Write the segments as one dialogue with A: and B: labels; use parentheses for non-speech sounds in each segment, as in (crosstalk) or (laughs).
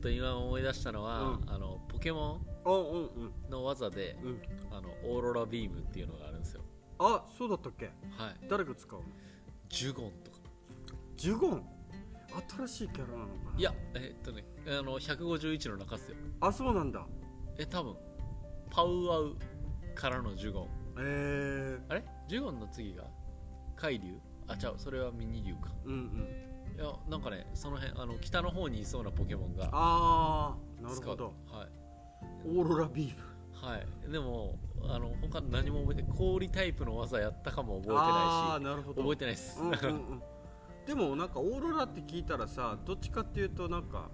A: と今思い出したのは、
B: うん
A: あのポケモ
B: うんうんうん
A: ンの技で、
B: うん
A: あのオーロラビームっていうのがあるんですよ
B: あそうだったっけ
A: はい
B: 誰が使うの
A: ジュゴンとか
B: ジュゴン新しいキャラなのかない
A: いやえっとねあの151の中っすよ
B: あそうなんだ
A: え多分パウアウからのジュゴン
B: えー、
A: あれジュゴンの次が海流あ違うそれはミニ流か
B: うんう
A: い
B: ん
A: やなんかねその辺あの北の方にいそうなポケモンが
B: ああなる
A: 使
B: ほ
A: う
B: ど
A: はい
B: オーロラビーム
A: はい、でもあの他何も覚えて氷タイプの技やったかも覚えて
B: ああ
A: な
B: ーなるほ
A: いし
B: ど
A: 覚えてないです、
B: うんうんうん、でもなんかオーロラって聞いたらさどっちかっていうとなんか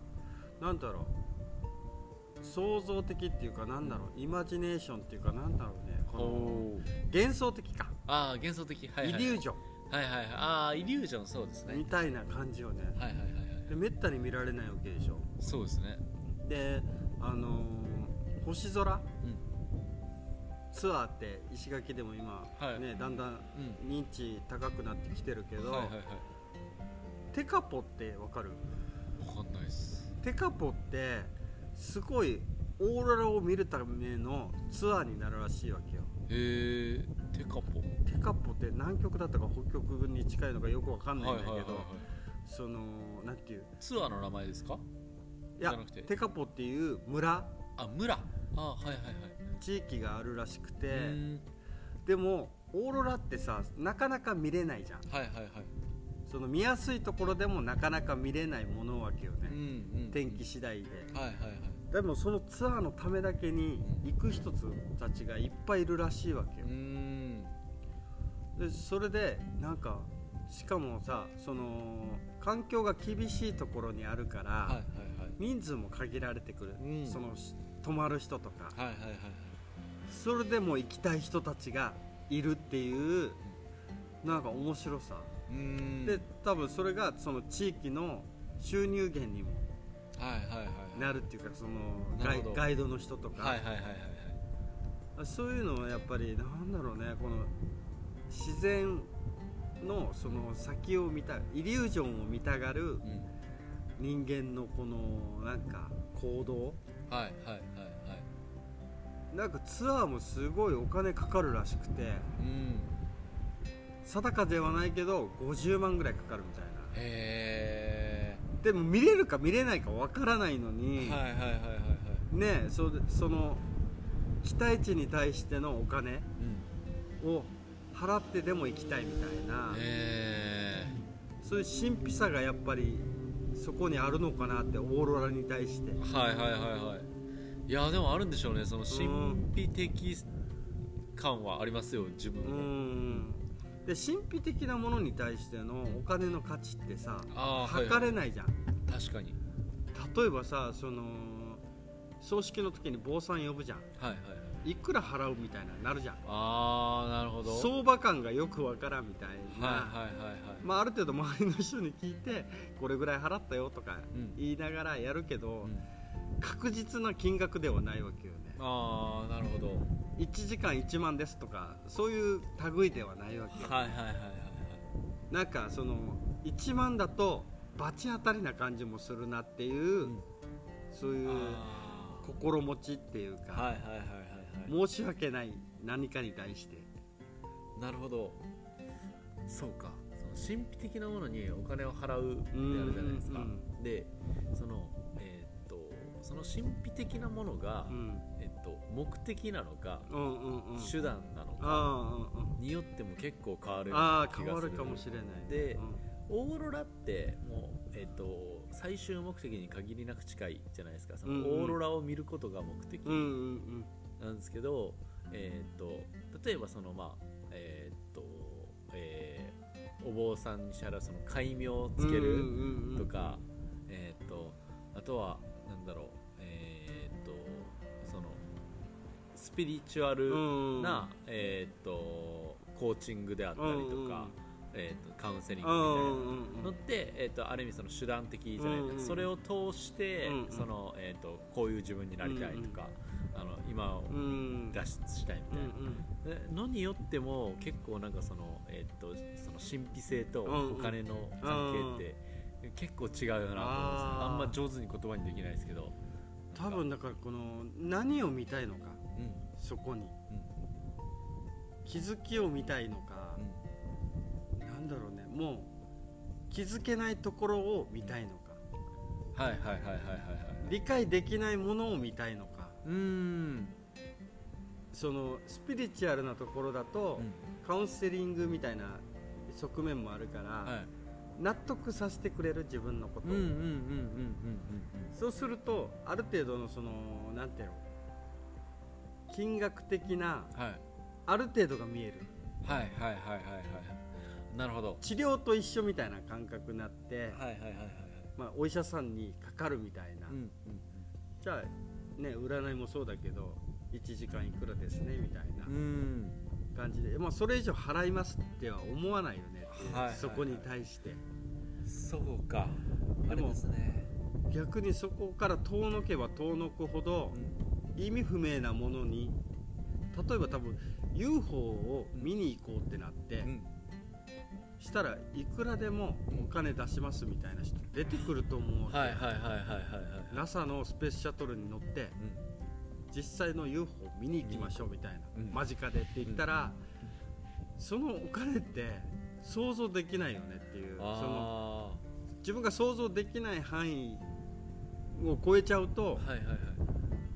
B: なんだろう想像的っていうかなんだろうイマジネーションっていうかなんだろうねこの
A: おー
B: 幻想的か、
A: (laughs) ああ幻想的はいはい
B: イ
A: は
B: リ
A: い
B: ュージョ
A: はいはいああイリュージョンそうです
B: ンみ
A: ね
B: たいな感じよね、
A: はいはいはいはい
B: でめったに見られないわけでしょ
A: そうですね
B: であのー星空
A: うん
B: ツアーって石垣でも今、
A: はい
B: ねだんだん
A: う
B: 認知高くなってきてるけど、
A: んはいはいはい
B: テカポってわかる
A: 分かんないっす
B: テカポってすごいオーロラを見るためのツアーになるらしいわけよ
A: へえテカポ
B: テカポって南極だったか北極に近いのかよくわかんないんだけど、
A: はいはいはいはい
B: そのなんていう
A: ツアーの名前ですか
B: いや
A: じゃなくて
B: テカポっていう村
A: あ村あはいはいはい
B: 地域があるらしくて
A: うーん
B: でもオーロラってさなかなか見れないじゃん
A: はいはいはい
B: その見やすいところでもなかなか見れないものわけよ
A: うん
B: ね、
A: うん
B: 天気次第で
A: はいはいはい
B: でもそのツアーのためだけに行く人たちがいっぱいいるらしいわけよ
A: うーん
B: でそれでなんかしかもさその環境が厳しいところにあるから、
A: はいはいはい
B: 人数も限られてくる、
A: うん
B: そのし泊まる人とか
A: はいはいはいはい
B: それでも行きたい人たちがいるっていうなんか面白さ、
A: うーん
B: で多分それがその地域の収入源にも
A: はいはいはいはい
B: なるっていうかその
A: な
B: ガ
A: る
B: イ
A: ほど
B: ガイドの人とか、
A: はいはいはいはいはい
B: そういうのはやっぱりなんだろうねこの自然のその先を見たイリュージョンを見たが
A: う
B: る
A: ん
B: 人間のこのなんか行動
A: はいはいはいはい
B: なんかツアーもすごいお金かかるらしくて
A: うん
B: 定かではないけど50万ぐらいかかるみたいな
A: へ
B: でも見れるか見れないかわからないの
A: え
B: に、
A: はいはいはいはいはい
B: ねえそその期待値に対してのお金
A: うん
B: を払ってでも行きたいみたいな、
A: へ
B: そういう神秘さがやっぱりそこにあるのかなってオーロラに対して
A: えはいはいはいはいいやでもあるんでしょうねその神秘的感はありますよ自
B: う
A: 分も
B: んで神秘的なものに対してのお金の価値ってさ
A: ああはい
B: 測れないじゃん、
A: 確かに
B: 例えばさその葬式の時に坊さん呼ぶじゃん
A: はいはいはい
B: いくら払うみたいななるじゃん
A: ああなるほどう
B: 相場感がよくわからんみたいな、
A: はいはいはいはい
B: まあ、ある程度周りの人に聞いてこれぐらい払ったよとか
A: うん
B: 言いながらやるけど、
A: うん
B: 確実な金額ではないわけよね
A: ああなるほど
B: 1時間1万ですとかそういう類ではないわけよ
A: はいはいはいはいはい
B: なんかその1万だと罰当たりな感じもするなっていう、
A: うん
B: そういう
A: あ
B: 心持ちっていう
A: あ
B: か、
A: はいはいはいはいはい
B: 申し訳ない何かに対して
A: なるほどそうかその神秘的なものにお金を払うってあるじゃないですか
B: うんうん
A: でそのえーっとその神秘的なものが、
B: うん
A: えっと、目的なのか、
B: うんうんうん
A: 手段なのか
B: ああうんうん
A: によっても結構変わるよう
B: あ
A: な
B: あ
A: 気
B: 変
A: が
B: わ
A: す
B: る
A: る
B: かもしれない
A: で
B: うん
A: オーロラってもう、えっと、最終目的に限りなく近いじゃないですかそ
B: うん
A: の
B: うん
A: オーロラを見ることが目的
B: うんうん
A: なんですけど、えー、と例えばそのまあえーっと、えーお坊さんにしたらその戒名を
B: うん
A: つけ
B: うん
A: る
B: うんうん
A: とか、えー、とあとはなんだろうえー、とそのスピリチュア
B: う
A: ル
B: ん
A: な、えー、とコーチングであったりとか、
B: うんうん
A: えー、とカウンセリン
B: う
A: グみたいな。
B: んうんうん
A: のって、えー、とある意味その手段的じゃないですか、
B: うんうん
A: それを通して、
B: うんうん
A: そのえー、とこういう自分になりたいとか、あの今を
B: うん
A: 脱出したいみたいな、えのによっても結構なんかその,、えー、とその神秘性と
B: うんうん
A: お金の関係って結構違うなと思いますね
B: あー
A: あんま上手に言葉にできないですけど
B: 多分だからこの何を見たいのか
A: うんうん
B: そこに気づきを見たいのか、なんだろうねもう気づけないところを見たいのか
A: はいはいはいはいはいはい
B: 理解できないものを見たいのか
A: うーん
B: そのスピリチュアルなところだと、カウンセリングみたいな側面もあるから、
A: はい
B: 納得させてくれる自分のこと
A: うん
B: を、
A: うんうんうんうん
B: そうするとある程度のそのなんていうの金額的な
A: うんはい
B: ある程度が見える
A: はいはいはいはいはいなるほど
B: 治療と一緒みたいな感覚になって、
A: はいはいはいはいはい
B: まあ、お医者さんにかかるみたいな、
A: うんうん
B: じゃあね占いもそうだけど1時間いくらですねみたいな
A: うんうん
B: 感じで、まあ、それ以上払いますっては思わないよねっていう、
A: はいはいはい
B: そこに対して
A: そうかあ
B: でも
A: れですね
B: 逆にそこから遠のけば遠のくほど意味不明なものに例えば多分 UFO を見に行こうってなって、
A: うん
B: したらいくらでもお金出しますみたいな人出てくると思うわ
A: はい
B: け、
A: はいはいはいはいはい
B: NASA のスペースシャトルに乗って実際の UFO 見に行きましょうみたいな、
A: うん
B: 間近でって言ったら、そのお金って想像できないよねっていうその
A: あ
B: 自分が想像できない範囲を超えちゃう
A: あ
B: と
A: はいはいは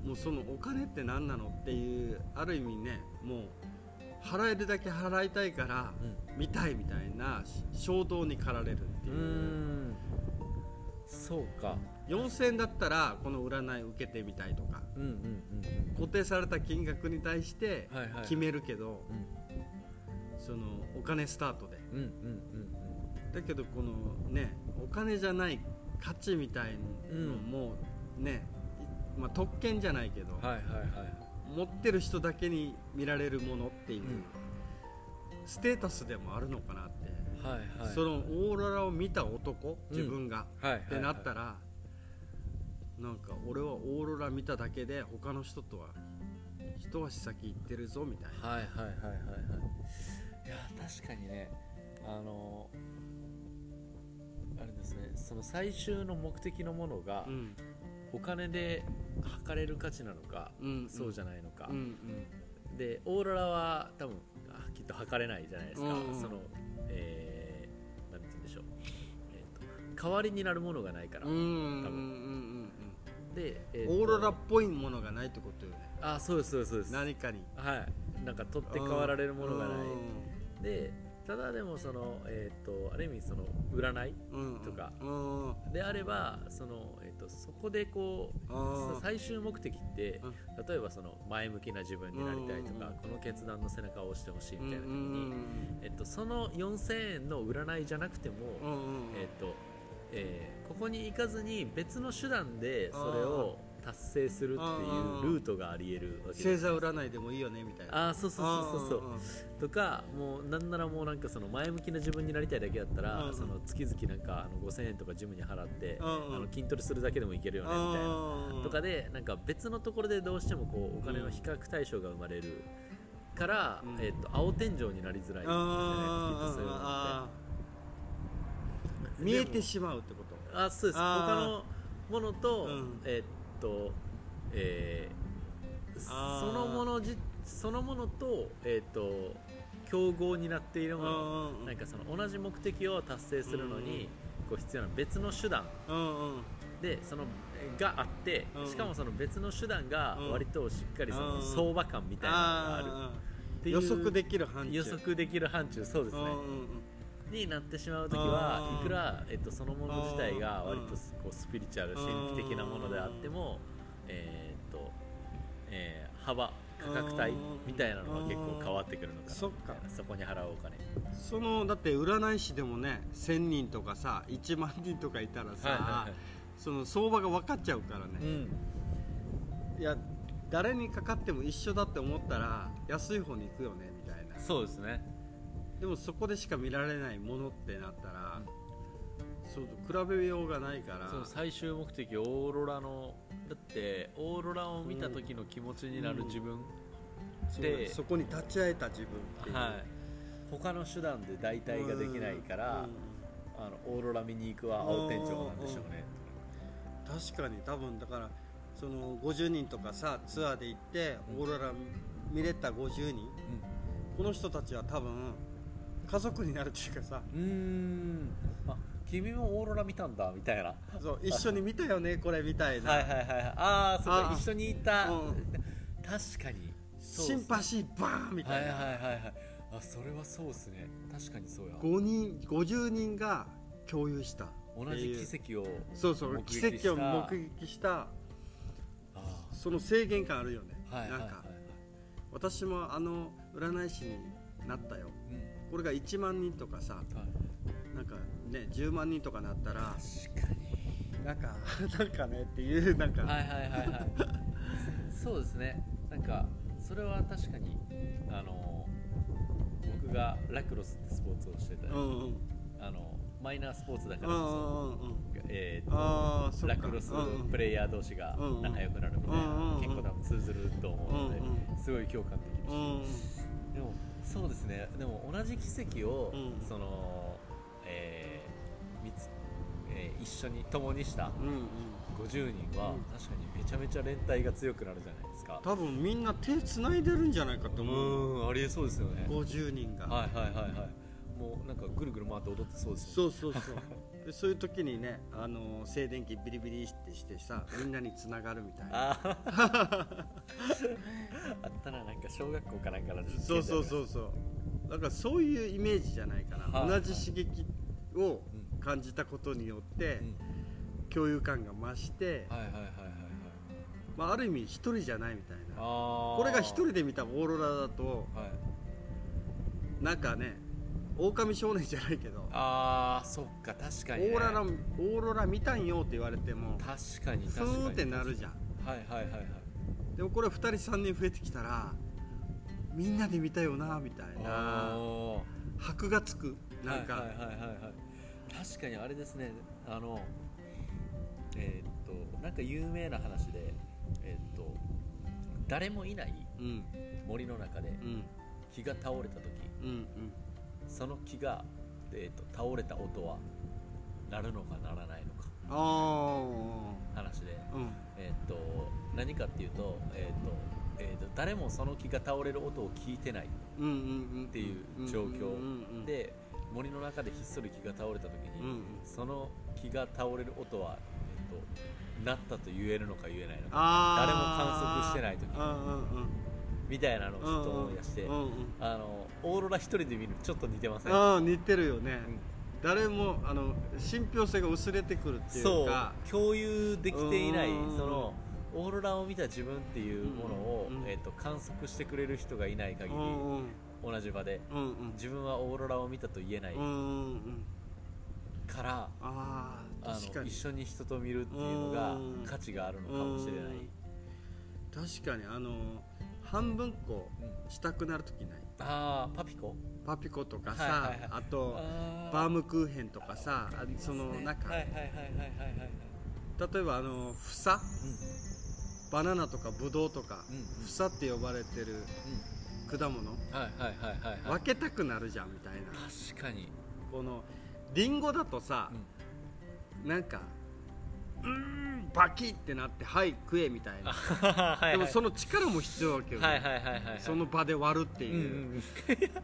A: い
B: もうそのお金って何なのっていうある意味ねもう払えるだけ払いたいから見たいみたいな衝動に駆られるって
A: う
B: い
A: ん
B: う。
A: うんそうか
B: 4000円だったらこの占い受けてみたいとか
A: うんうんうん
B: 固定された金額に対して
A: うんはいはい
B: 決めるけど、
A: うん
B: そのお金スタートで
A: うんうん
B: だけどこのねお金じゃない価値みたいのもね、まあ、特権じゃないけど、
A: うんはいはいはい
B: 持ってる人だけに見られるものっていう、
A: うん
B: ステータスでもあるのかなって、
A: はいはい
B: そのオーロラを見た男自分が、
A: はい
B: ってなっ
A: ら
B: たら、なんか俺はオーロラ見ただけで他の人とは一足先行ってるぞみたいな、
A: はいはいはいはいはいいや確かにねあのあれですねその最終の目的のものが
B: うん
A: お金で測れる価値なのか、
B: うん、
A: そうじ
B: ゃ
A: ゃないのか、
B: うん
A: でオーロラは多分あきっと測れないじゃないですか、
B: うんうん
A: そのえー、なんて言うんでしょう、えーと代わりになるものがないから、
B: うんうんうん
A: 多分で、え
B: うんうん
A: ーと
B: オーロラっぽいものがないってことよね
A: あそうですそうですそうです
B: 何かに
A: はいなんか取って代わられるものがない、
B: い
A: でただでもそのえっ、とある意味その占いとか
B: うんうん
A: であればその、えー、とそこでこう
B: あー
A: 最終目的って
B: うん
A: 例えばその前向きな自分になりたいとか、
B: うんうんうん
A: この決断の背中を押してほしいみたいな時に、
B: うん
A: えっと、その4000円の占いじゃなくても、
B: うんうん
A: えっとえーここに行かずに別の手段でそれを達成するって
B: あー
A: いうルートがありえるわけ
B: 星
A: です
B: 座占いでもいいよねみたいな
A: あーそうそうそうそうそう
B: うんうんうん
A: とかもうなんならもうなんかその前向きな自分になりたいだけだったら、
B: うん
A: その月々なんかあの5000円とかジムに払って、
B: うんうん
A: あの筋トレするだけでもいけるよねみたいな、
B: うん
A: とかでなんか別のところでどうしてもこうお金の比較対象が生まれるから、
B: うん
A: えっと青天井になりづらいんですよね、きっとそういうのって
B: あ。ー見えてしまうってこと
A: あそうです他
B: あ
A: のものと、
B: うん
A: えっとえー
B: あー
A: そのものじそのものとえっと競合になっているもの
B: な
A: なんかその同じ目的を達成するのに、こう必要な別の手段
B: うんうん
A: でそのえがあって、
B: うん
A: しかもその別の手段が
B: うん
A: 割としっかりその
B: うん
A: 相場感みたいなのがある
B: あ
A: って
B: ー
A: いう
B: 予測できる範疇
A: 予測できる範疇そうです
B: う
A: ね、
B: んうん
A: になってしまう時は
B: あー
A: いくら、えっと、そのもの自体が
B: うん
A: 割とすこうスピリチュアル神秘的なものであっても、えーっとえー幅価格帯みたいなのが結構変わってくるのかな
B: そっか
A: そこに払うお金
B: うんそのだって占い師でもね1000人とかさ1万人とかいたらさ、
A: はいはいはい
B: その相場が分かっちゃうから
A: う
B: ね、
A: ん
B: いや誰にかかっても一緒だって思ったら安い方に行くよねみたいな
A: そうですね
B: でもそこでしか見られないものってなったら、そう比べようがないから
A: そう最終目的オーロラのだってオーロラを見た時の気持ちになる自分、
B: そう
A: で
B: そこに立ち会えた自分っていう、
A: はい他の手段で代替ができないから、
B: うん
A: あのオーロラ見に行くは青天井なんでしょうね
B: 確かに多分だからその50人とかさツアーで行って
A: うん
B: オーロラ見れた50人この人たちは多分家族になるっていうかさ
A: うんうんあ君もオーロラ見たんだみたいな
B: (laughs) そう一緒に見たよねこれみたいな、
A: はいはいはいはいああそう
B: あ
A: か
B: ー
A: 一緒にいた、
B: うん
A: 確かにそうっす
B: シンパシーバーンみ
A: は
B: た
A: い
B: い
A: はい
B: な、
A: はいはいあそれはそうですね確かにそうや
B: 5人50人が共有した
A: 同じ奇跡を
B: そうそう
A: 目撃
B: 奇
A: した
B: 跡を目撃した
A: あ
B: その制限感あるよね、
A: ーはいはいは
B: なん
A: いは
B: か
A: い
B: 私もあの占い師になったよ
A: うん
B: これが1万人とかさ
A: はい
B: なんかね10万人とかなったら
A: 確かに
B: なんか (laughs) なんかねっていうなんか、
A: はいはいはいはいそうですねなんかそれは確かにあの僕がラクロスってスポーツをしてた、
B: うんうんうん
A: あのマイナースポーツだか
B: う
A: ら
B: ん
A: こ
B: うんうん
A: そ、えー
B: あーそっか
A: ラクロス
B: うんうん
A: プレイヤー同士が
B: うんうん
A: 仲良くなるみたいな、
B: うんうんうん
A: 結構多分通ずると思うので、すごい共感できるし、
B: うんうん
A: でもそうですねでも同じ奇跡を、
B: うん
A: その、えー見つえー一緒に共にした
B: うんうん
A: 50人は
B: うん
A: 確かにめちゃめちゃ連帯が強くなるじゃないですか
B: 多分みんな手つないでるんじゃないかと
A: う
B: 思う、
A: んありえそうですよね
B: 50人が、
A: はいはいはいはいもうなんかぐるぐる回って踊ってそうですよね
B: そうそうそう (laughs) でそういう時にねあの静電気ビリビリってしてさみんなにつながるみたいな (laughs)
A: あーあったらなんか小学校かなんかの実験
B: そうそうそううそうだからそういうイメージじゃないかな、
A: はい
B: 同じ刺激を感じたことによって、
A: ん、
B: 共有感が増して、
A: はいはいはいはいはい
B: まあ、ある意味一人じゃないみたい
A: あ
B: な
A: ー
B: これが一人で見たオーロラだと
A: はい
B: なんかね狼少年じゃないけど、
A: あーそっか確
B: オ
A: かに、ね、
B: ーロラオーロラ見たんよって言われても
A: 確かに確
B: ふ
A: かに
B: ーんってなるじゃん
A: はいはいはいはい
B: でもこれ2人3人増えてきたらみんなで見たよなみたいな
A: おー
B: 箔がつくなんか、
A: はいはいはいはいはい確かにあれですねあのえーっとなんか有名な話でえーっと誰もいない
B: うん
A: 森の中で
B: うん
A: 木が倒れた時
B: うん
A: その木が、えーっと倒れた音は鳴るのか鳴らないのか
B: うんあ
A: 話で
B: あうん
A: えーっと何かっていうと,、えーっとえーっと誰もその木が倒れる音を聞いてない
B: うんうんうん
A: っていう状況
B: うんうんうん、
A: で森の中でひっそり木が倒れた時に、
B: うんうん
A: その木が倒れる音は、えっと、なったと言えるのか言えないのか誰も観
B: あ
A: 測して
B: い
A: ない時
B: うんうんうん
A: みたいなのをちょっと思い出して、
B: うんうん
A: あのオーロラ一人で見るのちょっと似てません
B: ああ似てるよね、誰もあの信憑性が薄れてくるってい
A: そうう
B: か
A: 共有できていない
B: うん
A: そのオーロラを見た自分っていうものを、
B: うん
A: えっと、観測してくれる人がいない限り、
B: うんうん
A: 同じ場で
B: うんうん
A: 自分はオーロラを見たと言えない
B: うんうんうん
A: から、
B: ああ
A: あ
B: 確か
A: の
B: に
A: 一緒に人と見るっていうのが
B: うん
A: 価値があるのかもしれない、
B: うん確かにあの半分こ
A: うん
B: したくなる時ない
A: ああパピコ
B: パピコとかさ、
A: はいはいはい
B: あと
A: あ
B: バ
A: ム
B: ームクーヘンとかさあその中、
A: はいはいはいはいはいはいはい
B: 例えばあの房バナナとかブドウとか、
A: うんうんうん
B: 房って呼ばれてる果
A: は
B: 物、
A: いはいはいはいはい
B: 分けたくなるじゃんみたいな
A: 確かに
B: このリンゴだとさ、なんかうーんバキってなってはい食えみたいな、
A: は
B: でもその力も必要なわけよ、
A: はいはいはいはいはい
B: その場で割るって
A: う
B: い
A: ん
B: う、
A: うん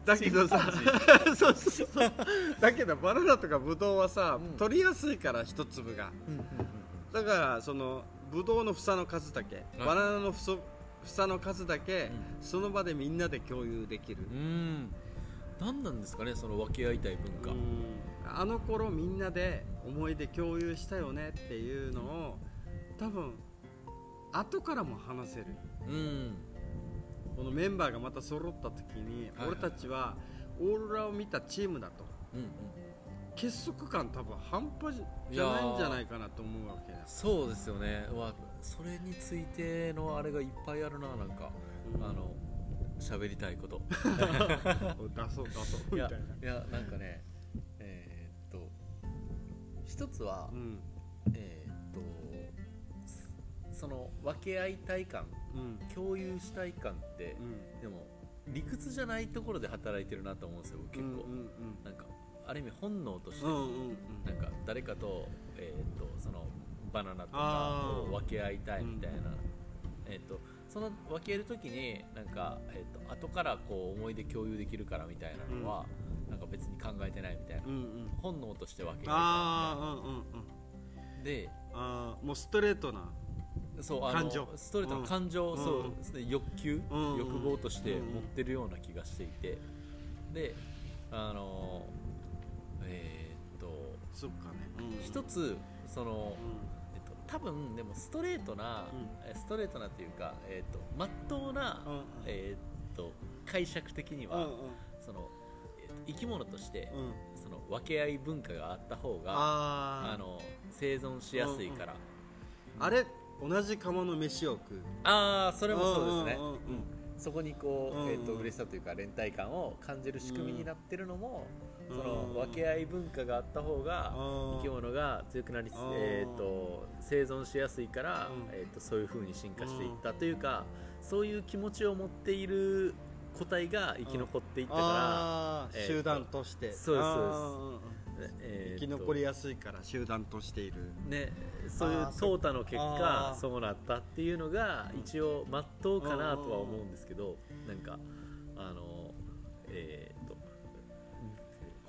B: だけどさ (laughs) そうそうそうだけどバナナとかブドウはさ、
A: うん
B: 取りやすいから一粒が
A: うんうんうん
B: だからそのブドウの房の数だけ、バナナの房房の数だけ、
A: う
B: その場でみんなで共有できる、
A: うんうん何なんですかねその分け合いたい文化
B: うんあの頃みんなで思い出共有したよねっていうのを多分後からも話せる
A: うん
B: このメンバーがまた揃った時に、
A: はいはい
B: 俺たちはオーロラを見たチームだと
A: うんうん
B: 結束感多分半端じゃないんじゃないかなと思うわけだ、
A: そうですよねうわそれについてのあれがいっぱいあるななんか
B: うん
A: あの喋りたいこと
B: 出そう出そう
A: い
B: みた
A: や
B: いない
A: やなんかねえーっと一つは、
B: うん
A: えーっとすその分け合いたい感
B: うん
A: 共有したい感って
B: う、ん
A: でも理屈じゃないところで働いてるなと思うんですよ僕結構、
B: うんうん
A: なんかある意味本能として、
B: うんうんうん
A: なんか誰かと,、えー、とそのバナナと
B: あ
A: か
B: ー
A: を分け合いたいみたいな
B: うん、
A: えー、とその分ける時になんか、えー、と後からこう思い出共有できるからみたいなのは、なんか別に考えてないみたいな、
B: うんうん
A: 本能として分け合
B: ああうんうんうん
A: いで
B: あーもうストレートな
A: そうあの
B: 感情
A: ストレートの感情、
B: うん
A: そう
B: うん
A: ですね欲求、
B: うん
A: 欲望として持ってるような気がしていて、であのえーっと
B: そっかね、うん、
A: 一つその、えっと、多分でもストレートな、
B: う
A: えストレートなというかえーっとまっとうな、
B: うんうん
A: えーっと解釈的に
B: うんう
A: は、
B: ん
A: その、えーっと生き物として、
B: うん
A: その分け合い文化があった方が
B: あー
A: あの生存しやすいから、
B: あれ同じ釜の飯を食う
A: ああそ
B: そ
A: れもそうですね、
B: うんうん
A: そこにこう、
B: うんうん
A: えー、と嬉しさというか連帯感を感じる仕組みになってるのも、
B: うん
A: その分け合い文化があった方が、
B: うん
A: 生き物が強くなりつつ、
B: うん
A: えー、と生存しやすいから、
B: うん
A: えー、とそういう風に進化していったというか、そういう気持ちを持っている個体が生き残っていったか
B: あー
A: えーと
B: 集団として
A: そうです
B: あー
A: そら、え
B: 生
A: ー
B: き
A: と
B: 残りやすいから集団としている
A: ね、そういう
B: あーそ
A: 淘汰の結
B: あ
A: 果
B: ー
A: そうなったっていうのが一応まっとうかなとは思うんですけどなんかあのえーっと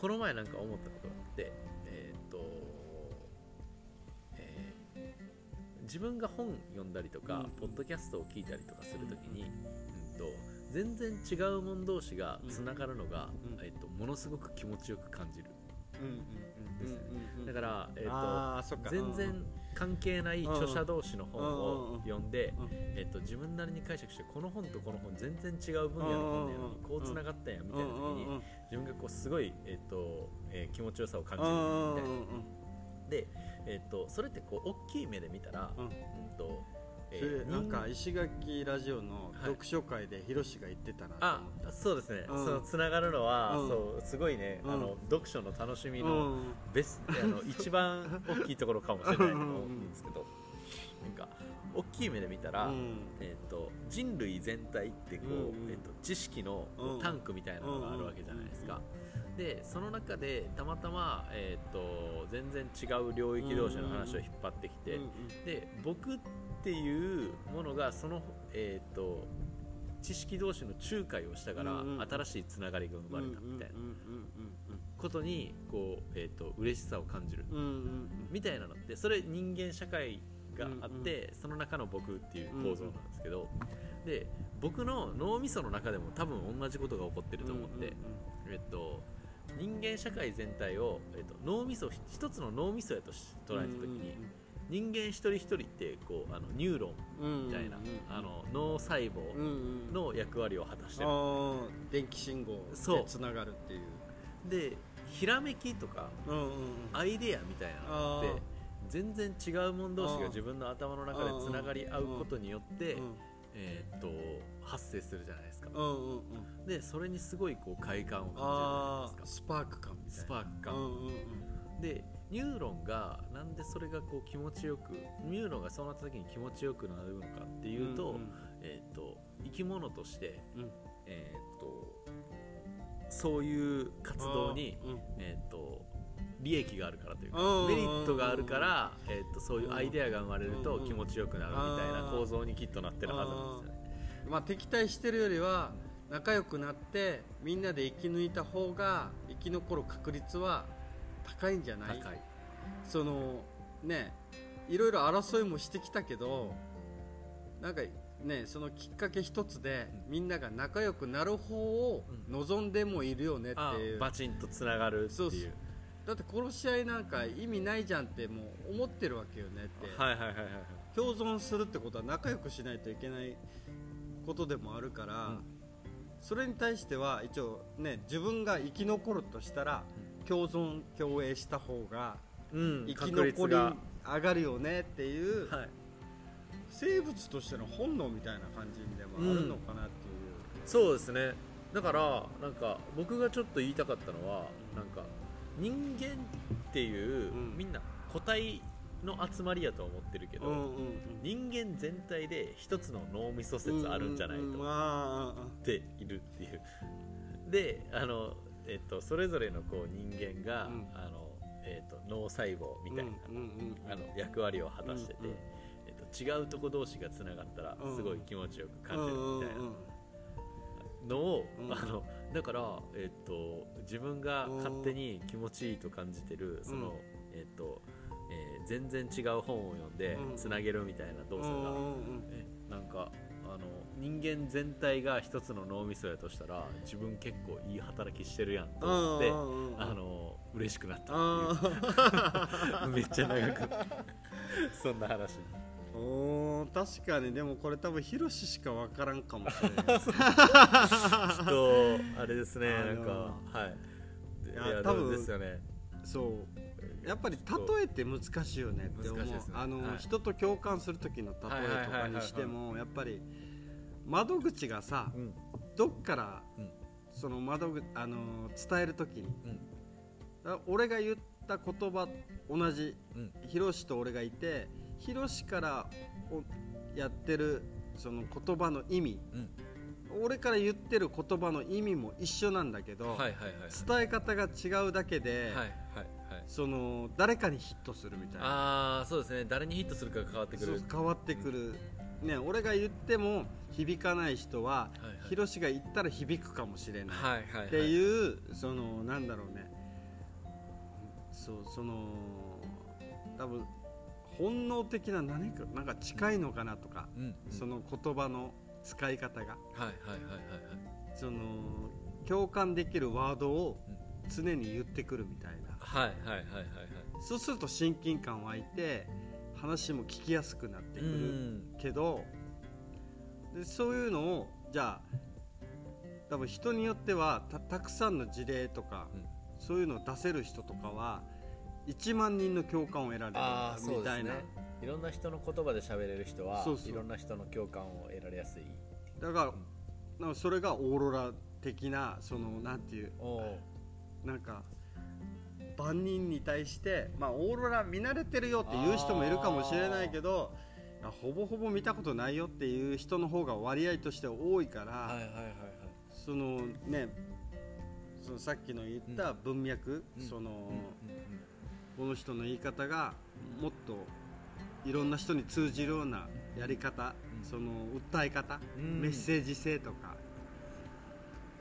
A: この前なんか思ったことがあってえーっと、えー自分が本読んだりとか、
B: う
A: ポ
B: ん
A: ッドキャストを聞いたりとかするときに、うんと全然違うもん同士がつながるのが、
B: うん
A: えーっとものすごく気持ちよく感じる
B: うん
A: ですよねだからら、えーっと
B: あーそっか
A: 全然関係ない著者同士の本
B: うんうん
A: を読んで
B: うん、
A: えっと、自分なりに解釈してこの本とこの本全然違う分野の本やのに
B: うん
A: こうつながったんやみ
B: み
A: たいな時に自分がこうすごい、えっとえー気持ちよさを感じるみたいな。で、えっと、それってこう大きい目で見たら、
B: うん
A: うんとえ
B: それ
A: ー
B: なんか
A: 人
B: 石垣ラジオの読書会でヒロシが言ってたな
A: あそうですね、
B: うん
A: そのつながるのは、
B: うん
A: そうすごいね、あの
B: う
A: 読書の楽しみ
B: う
A: の
B: ん
A: ベスあの一番大きいところかもしれないと思うんですけどなんか大きい目で見たら、
B: うん
A: えー、と人類全体ってこう、
B: うんうん
A: えー、と知識のこう
B: うん
A: タンクみたいなのがあるわけじゃないですか。でその中でたまたま、えー、と全然違う領域同士の話を引っ張ってきて、
B: うん
A: で僕っていうものがその、えー、と知識同士の仲介をしたから、
B: うんうん
A: 新しいつながりが生まれたみたいな
B: うんう
A: ことにこう、えー、と嬉しさを感じる
B: んうんうん
A: みたいなのってそれ人間社会があって、その中の僕っていう構造なんですけど、で僕の脳みその中でも多分同じことが起こってると思って、えっと、人間社会全体を、えっと、脳みそ一つの脳みそやとし捉えた時に、人間一人一人ってこうあのニューロン
B: うん
A: みたいな、あの脳細胞の役割を果たしてる、
B: あー電気信号でつながるっていう
A: でひらめきとか
B: うんうん
A: アイデアみたいなのっ
B: あー
A: て全然違うもん同士
B: あー
A: が自分の頭の中でつながり合うことによって、えーっと発生するじゃないですか、
B: うんうんうんうん
A: でそれにすごいこう快感を感
B: あ
A: じるじゃない
B: ー
A: ですか
B: スパーク感みたいな
A: スパーク
B: う
A: 感、
B: んうんうん
A: でニューロンがなんでそれがこう気持ちよくニューロンがそうなった時に気持ちよくなるのかっていうと,、えーっと生き物として、
B: うん
A: えーっとそういう活動に
B: うん
A: えー、と利益があるからというか
B: うん
A: メリットがあるから、えー、とそういうアイデアが生まれると
B: うん
A: 気持ちよくなるみたいな構造にきっとなってるはずなんですよね。
B: まあ敵対してるよりは仲良くなってみんなで生き抜いた方が生き残る確率は高いんじゃない
A: 高い
B: そのねいろいろ争いもしてきたけどなんかねそのきっかけ一つでみんなが仲良くなる方を望んでもいるよねっ
A: あ
B: ていう、
A: バチンとつながるって
B: そうっ
A: い
B: す
A: う
B: だって殺し合いなんか意味ないじゃんってもう思ってるわけよねって、
A: はいはいはいはいはい
B: 共存するってことは仲良くしないといけないことでもあるから、
A: うん
B: それに対しては一応ね自分が生き残るとしたら共存共栄した方が
A: うん
B: 生き
A: 確率
B: 残り
A: が
B: 上がるよねっていう、
A: はい、
B: 生物としての本能みたいな感じでもあるのかなっていう、
A: そうですねだからなんか僕がちょっと言いたかったのはなんか人間っていう、
B: うん
A: みんな個体の集まりやと思ってるけど、
B: うんうん
A: 人間全体で一つの脳みそ説あるんじゃないと
B: うんうんうんあ
A: っているっていうであのえっと、それぞれのこう人間が、
B: うん
A: あのえっと、脳細胞みたいな、
B: うんうんうん
A: あの役割を果たしてて、
B: うんうん
A: えっと、違うとこ同士がつながったら
B: うん
A: すごい気持ちよく感じるみたい
B: うんう
A: なんのを、
B: うん
A: あのだから、えっと、自分が勝手に気持ちいいと感じてるその、
B: うん
A: えっとえー全然違う本を読んで
B: うん
A: つなげるみたいな動
B: うん
A: 作が、
B: うんうん
A: えなんかあの人間全体が一つの脳みそやとしたら自分結構いい働きしてるやんと思って。
B: うんうんうん
A: あの嬉しくなった
B: あ
A: っていう (laughs) めっちゃ長
B: (laughs)
A: くそんな話
B: ーおー確かにでもこれ多分ヒロシしかわからんかもしれない
A: きっとあれですね
B: あ
A: な
B: の
A: んかはい
B: い
A: い
B: や
A: や
B: 多
A: 多
B: 分
A: 分ですよね
B: そうやっぱり例えて難しいよねって思う、
A: 難しいですね
B: あの、
A: はい
B: 人と共感する時の例えとかにしてもやっぱり窓口がさ
A: うん
B: どっから
A: うん
B: その窓口あの伝える時に
A: うん
B: だ俺が言った言葉同じ
A: うん
B: ヒロシと俺がいてヒロシからおやってるその言葉の意味
A: うん
B: 俺から言ってる言葉の意味も一緒なんだけど、
A: はいはいはい
B: 伝え方が違うだけで、
A: はいはいはい
B: その誰かにヒットするみたいな
A: ああそうですね誰にヒットするかが変わってく
B: そう
A: る
B: 変わってくる、ね、俺が言っても響かない人は
A: はいはい
B: ヒロシが言ったら響くかもしれない、
A: はいはいはい
B: っていうそのなんだろうねそうその多分本能的な何かなんか近いのかなとか、
A: うんうん
B: その言葉の使い方
A: は
B: が
A: いはいはいはいはい
B: その共感できるワードを常に言ってくるみたいな
A: はいはいはいはいはい
B: そうすると親近感湧いて話も聞きやすくなってく
A: う
B: る
A: ん
B: けど、でそういうのをじゃあ多分人によってはたたくさんの事例とか、
A: うん
B: そういうのを出せる人とかは1万人の共感を得ら
A: ああ
B: れる
A: そ
B: み
A: うで
B: た
A: す
B: い
A: ね
B: な、
A: いろんな人の言葉で喋れる人は
B: そうそう
A: いろんな人の共感を得られやすい
B: だからなんかそれがオーロラ的なそのなんていう
A: おお
B: なんか万人に対して、まあ、オーロラ見慣れてるよっていう人もいるかもしれないけどいやほぼほぼ見たことないよっていう人の方が割合として多いから、
A: はいはいはいはい
B: そのねそのさっきの言った文脈、
A: うん
B: その
A: うんうん
B: この人の言い方がもっといろんな人に通じるようなやり方、
A: うん
B: その訴え方、
A: うん
B: メッセージ性とか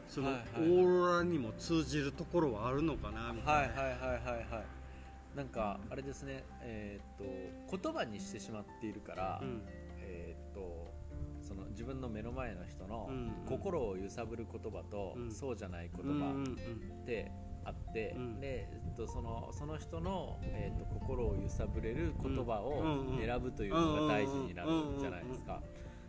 B: そのオ
A: はいはい
B: ーロラにも通じるところはあるのかなみた
A: は
B: いな。
A: いはいはいはいはいなんかあれですねえーっと言葉にしてしまっているから、
B: うん
A: えーっとその自分の目の前の人の
B: うんうん
A: 心を揺さぶる言葉と、
B: うん
A: そうじゃない言
B: うんうん
A: 葉
B: うん
A: ってあって、
B: うん
A: で、えーっと、そのその人の、えーっと心を揺さぶれる言葉を
B: うんうんうん
A: 選ぶというのが大事になるじゃないですか。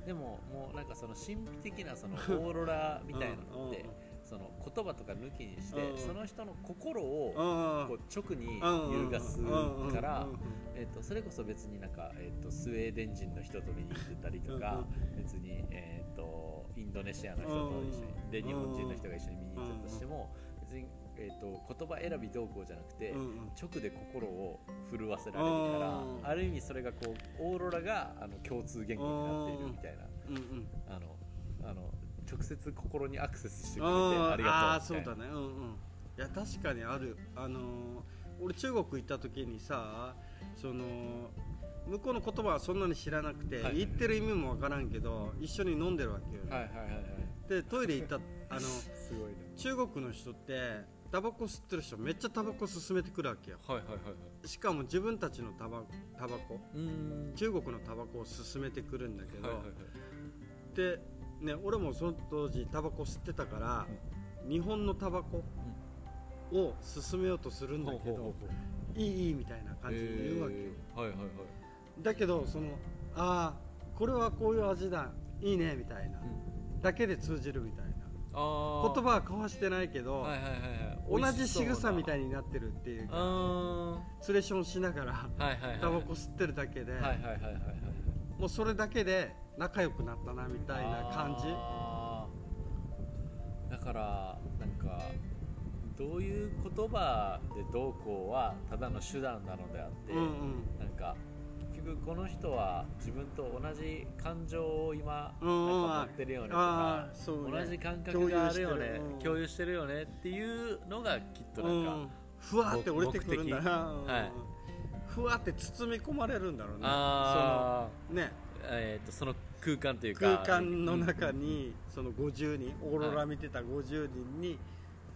A: でももうなんかその神秘的なそ
B: (laughs)
A: のオーロラみたいなのってその言葉とか抜きにして
B: うんうん
A: その人の心を
B: うん
A: こう直に
B: うんうん
A: 揺るがすから
B: うんうん、
A: えっとそれこそ別になんか、えっとスウェーデン人の人と見に行ってたりとか別に、えっとインドネシアの人と一緒
B: うん
A: にで日本人の人が一緒に見に行ってたとしても別に、えっと言葉選びどうこうじゃなくて。
B: うんうんうん
A: 直で心を震わせられるから
B: うん
A: ある意味それがこうオーロラがあの共通言語になっているみたいな
B: うんうん
A: あのあの直接心にアクセスしてくれて
B: あ
A: ありが
B: ー
A: とう
B: そう
A: みたい
B: だ
A: な
B: ねうんうんいや確かにあるあのー俺中国行った時にさその向こうの言葉はそんなに知らなくて、
A: はい
B: 言ってる意味もわからんけど一緒に飲んでるわけよ、ね
A: はいはいはいはい
B: でトイレ行ったあの
A: すごいね
B: 中国の人ってタバコ吸ってる人めっちゃタバコ勧めてくるわけよ
A: はいはいはいはい
B: しかも自分たちのタバタバコ
A: うーん
B: 中国のタバコを勧めてくるんだけど、
A: はいはい
B: で、ね、俺もその当時タバコ吸ってたから、日本のタバコを勧めようとするんだ
A: はい
B: けど、いいいいみたいな感じで言うわけよ、
A: えーはいはいはい
B: だけどそのああこれはこういう味だいいねみたいな、だけで通じるみたいな
A: あ
B: 言葉は交わしてないけど、
A: はいはいはい
B: 同
A: はい
B: じ仕草みた
A: い
B: いになってるっていう
A: うーんは
B: ツレションしな
A: (laughs)
B: がら
A: いはいはい
B: タバコ吸ってるだけで、
A: はいはいはいはいはい
B: もうそれだけで仲良くなったなみたいな感じ
A: あーだからなんかどういう言葉でどうこうはただの手段なのであって、
B: うんうん
A: なんか結局この人は自分と同じ感情を今
B: う
A: なん
B: ん
A: か持ってるよねと
B: あ
A: か
B: あそう、ね、
A: 同じ感覚があるよね
B: 共有してる
A: 共有してるよねっていうのがきっとなんか、
B: うんふわって降りてくるんだな、
A: はい
B: ふわって包み込まれるんだろうね
A: ああ
B: そのね
A: えー、とその空間という
B: 空
A: か
B: 間の中
A: うん
B: に、その50人オーロラ見てた50人に、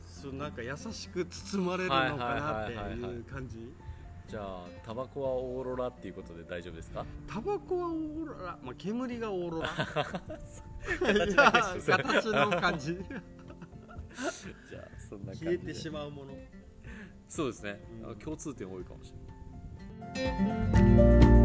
B: そのなんか優しく包まれるのかなって
A: はいはいはいはい
B: い
A: はいう
B: 感じ
A: じゃあタバコはオーロラっていうことで大丈夫ですか
B: タバコはオーロラ、まあ、煙がオー
A: (laughs)
B: ロラ
A: 形だけして
B: いや形の
A: (laughs)
B: 感
A: じ
B: じ
A: ゃあそんな感じで
B: 消えてしまうもの
A: そうですね、
B: うん
A: 共通点多いかもしれない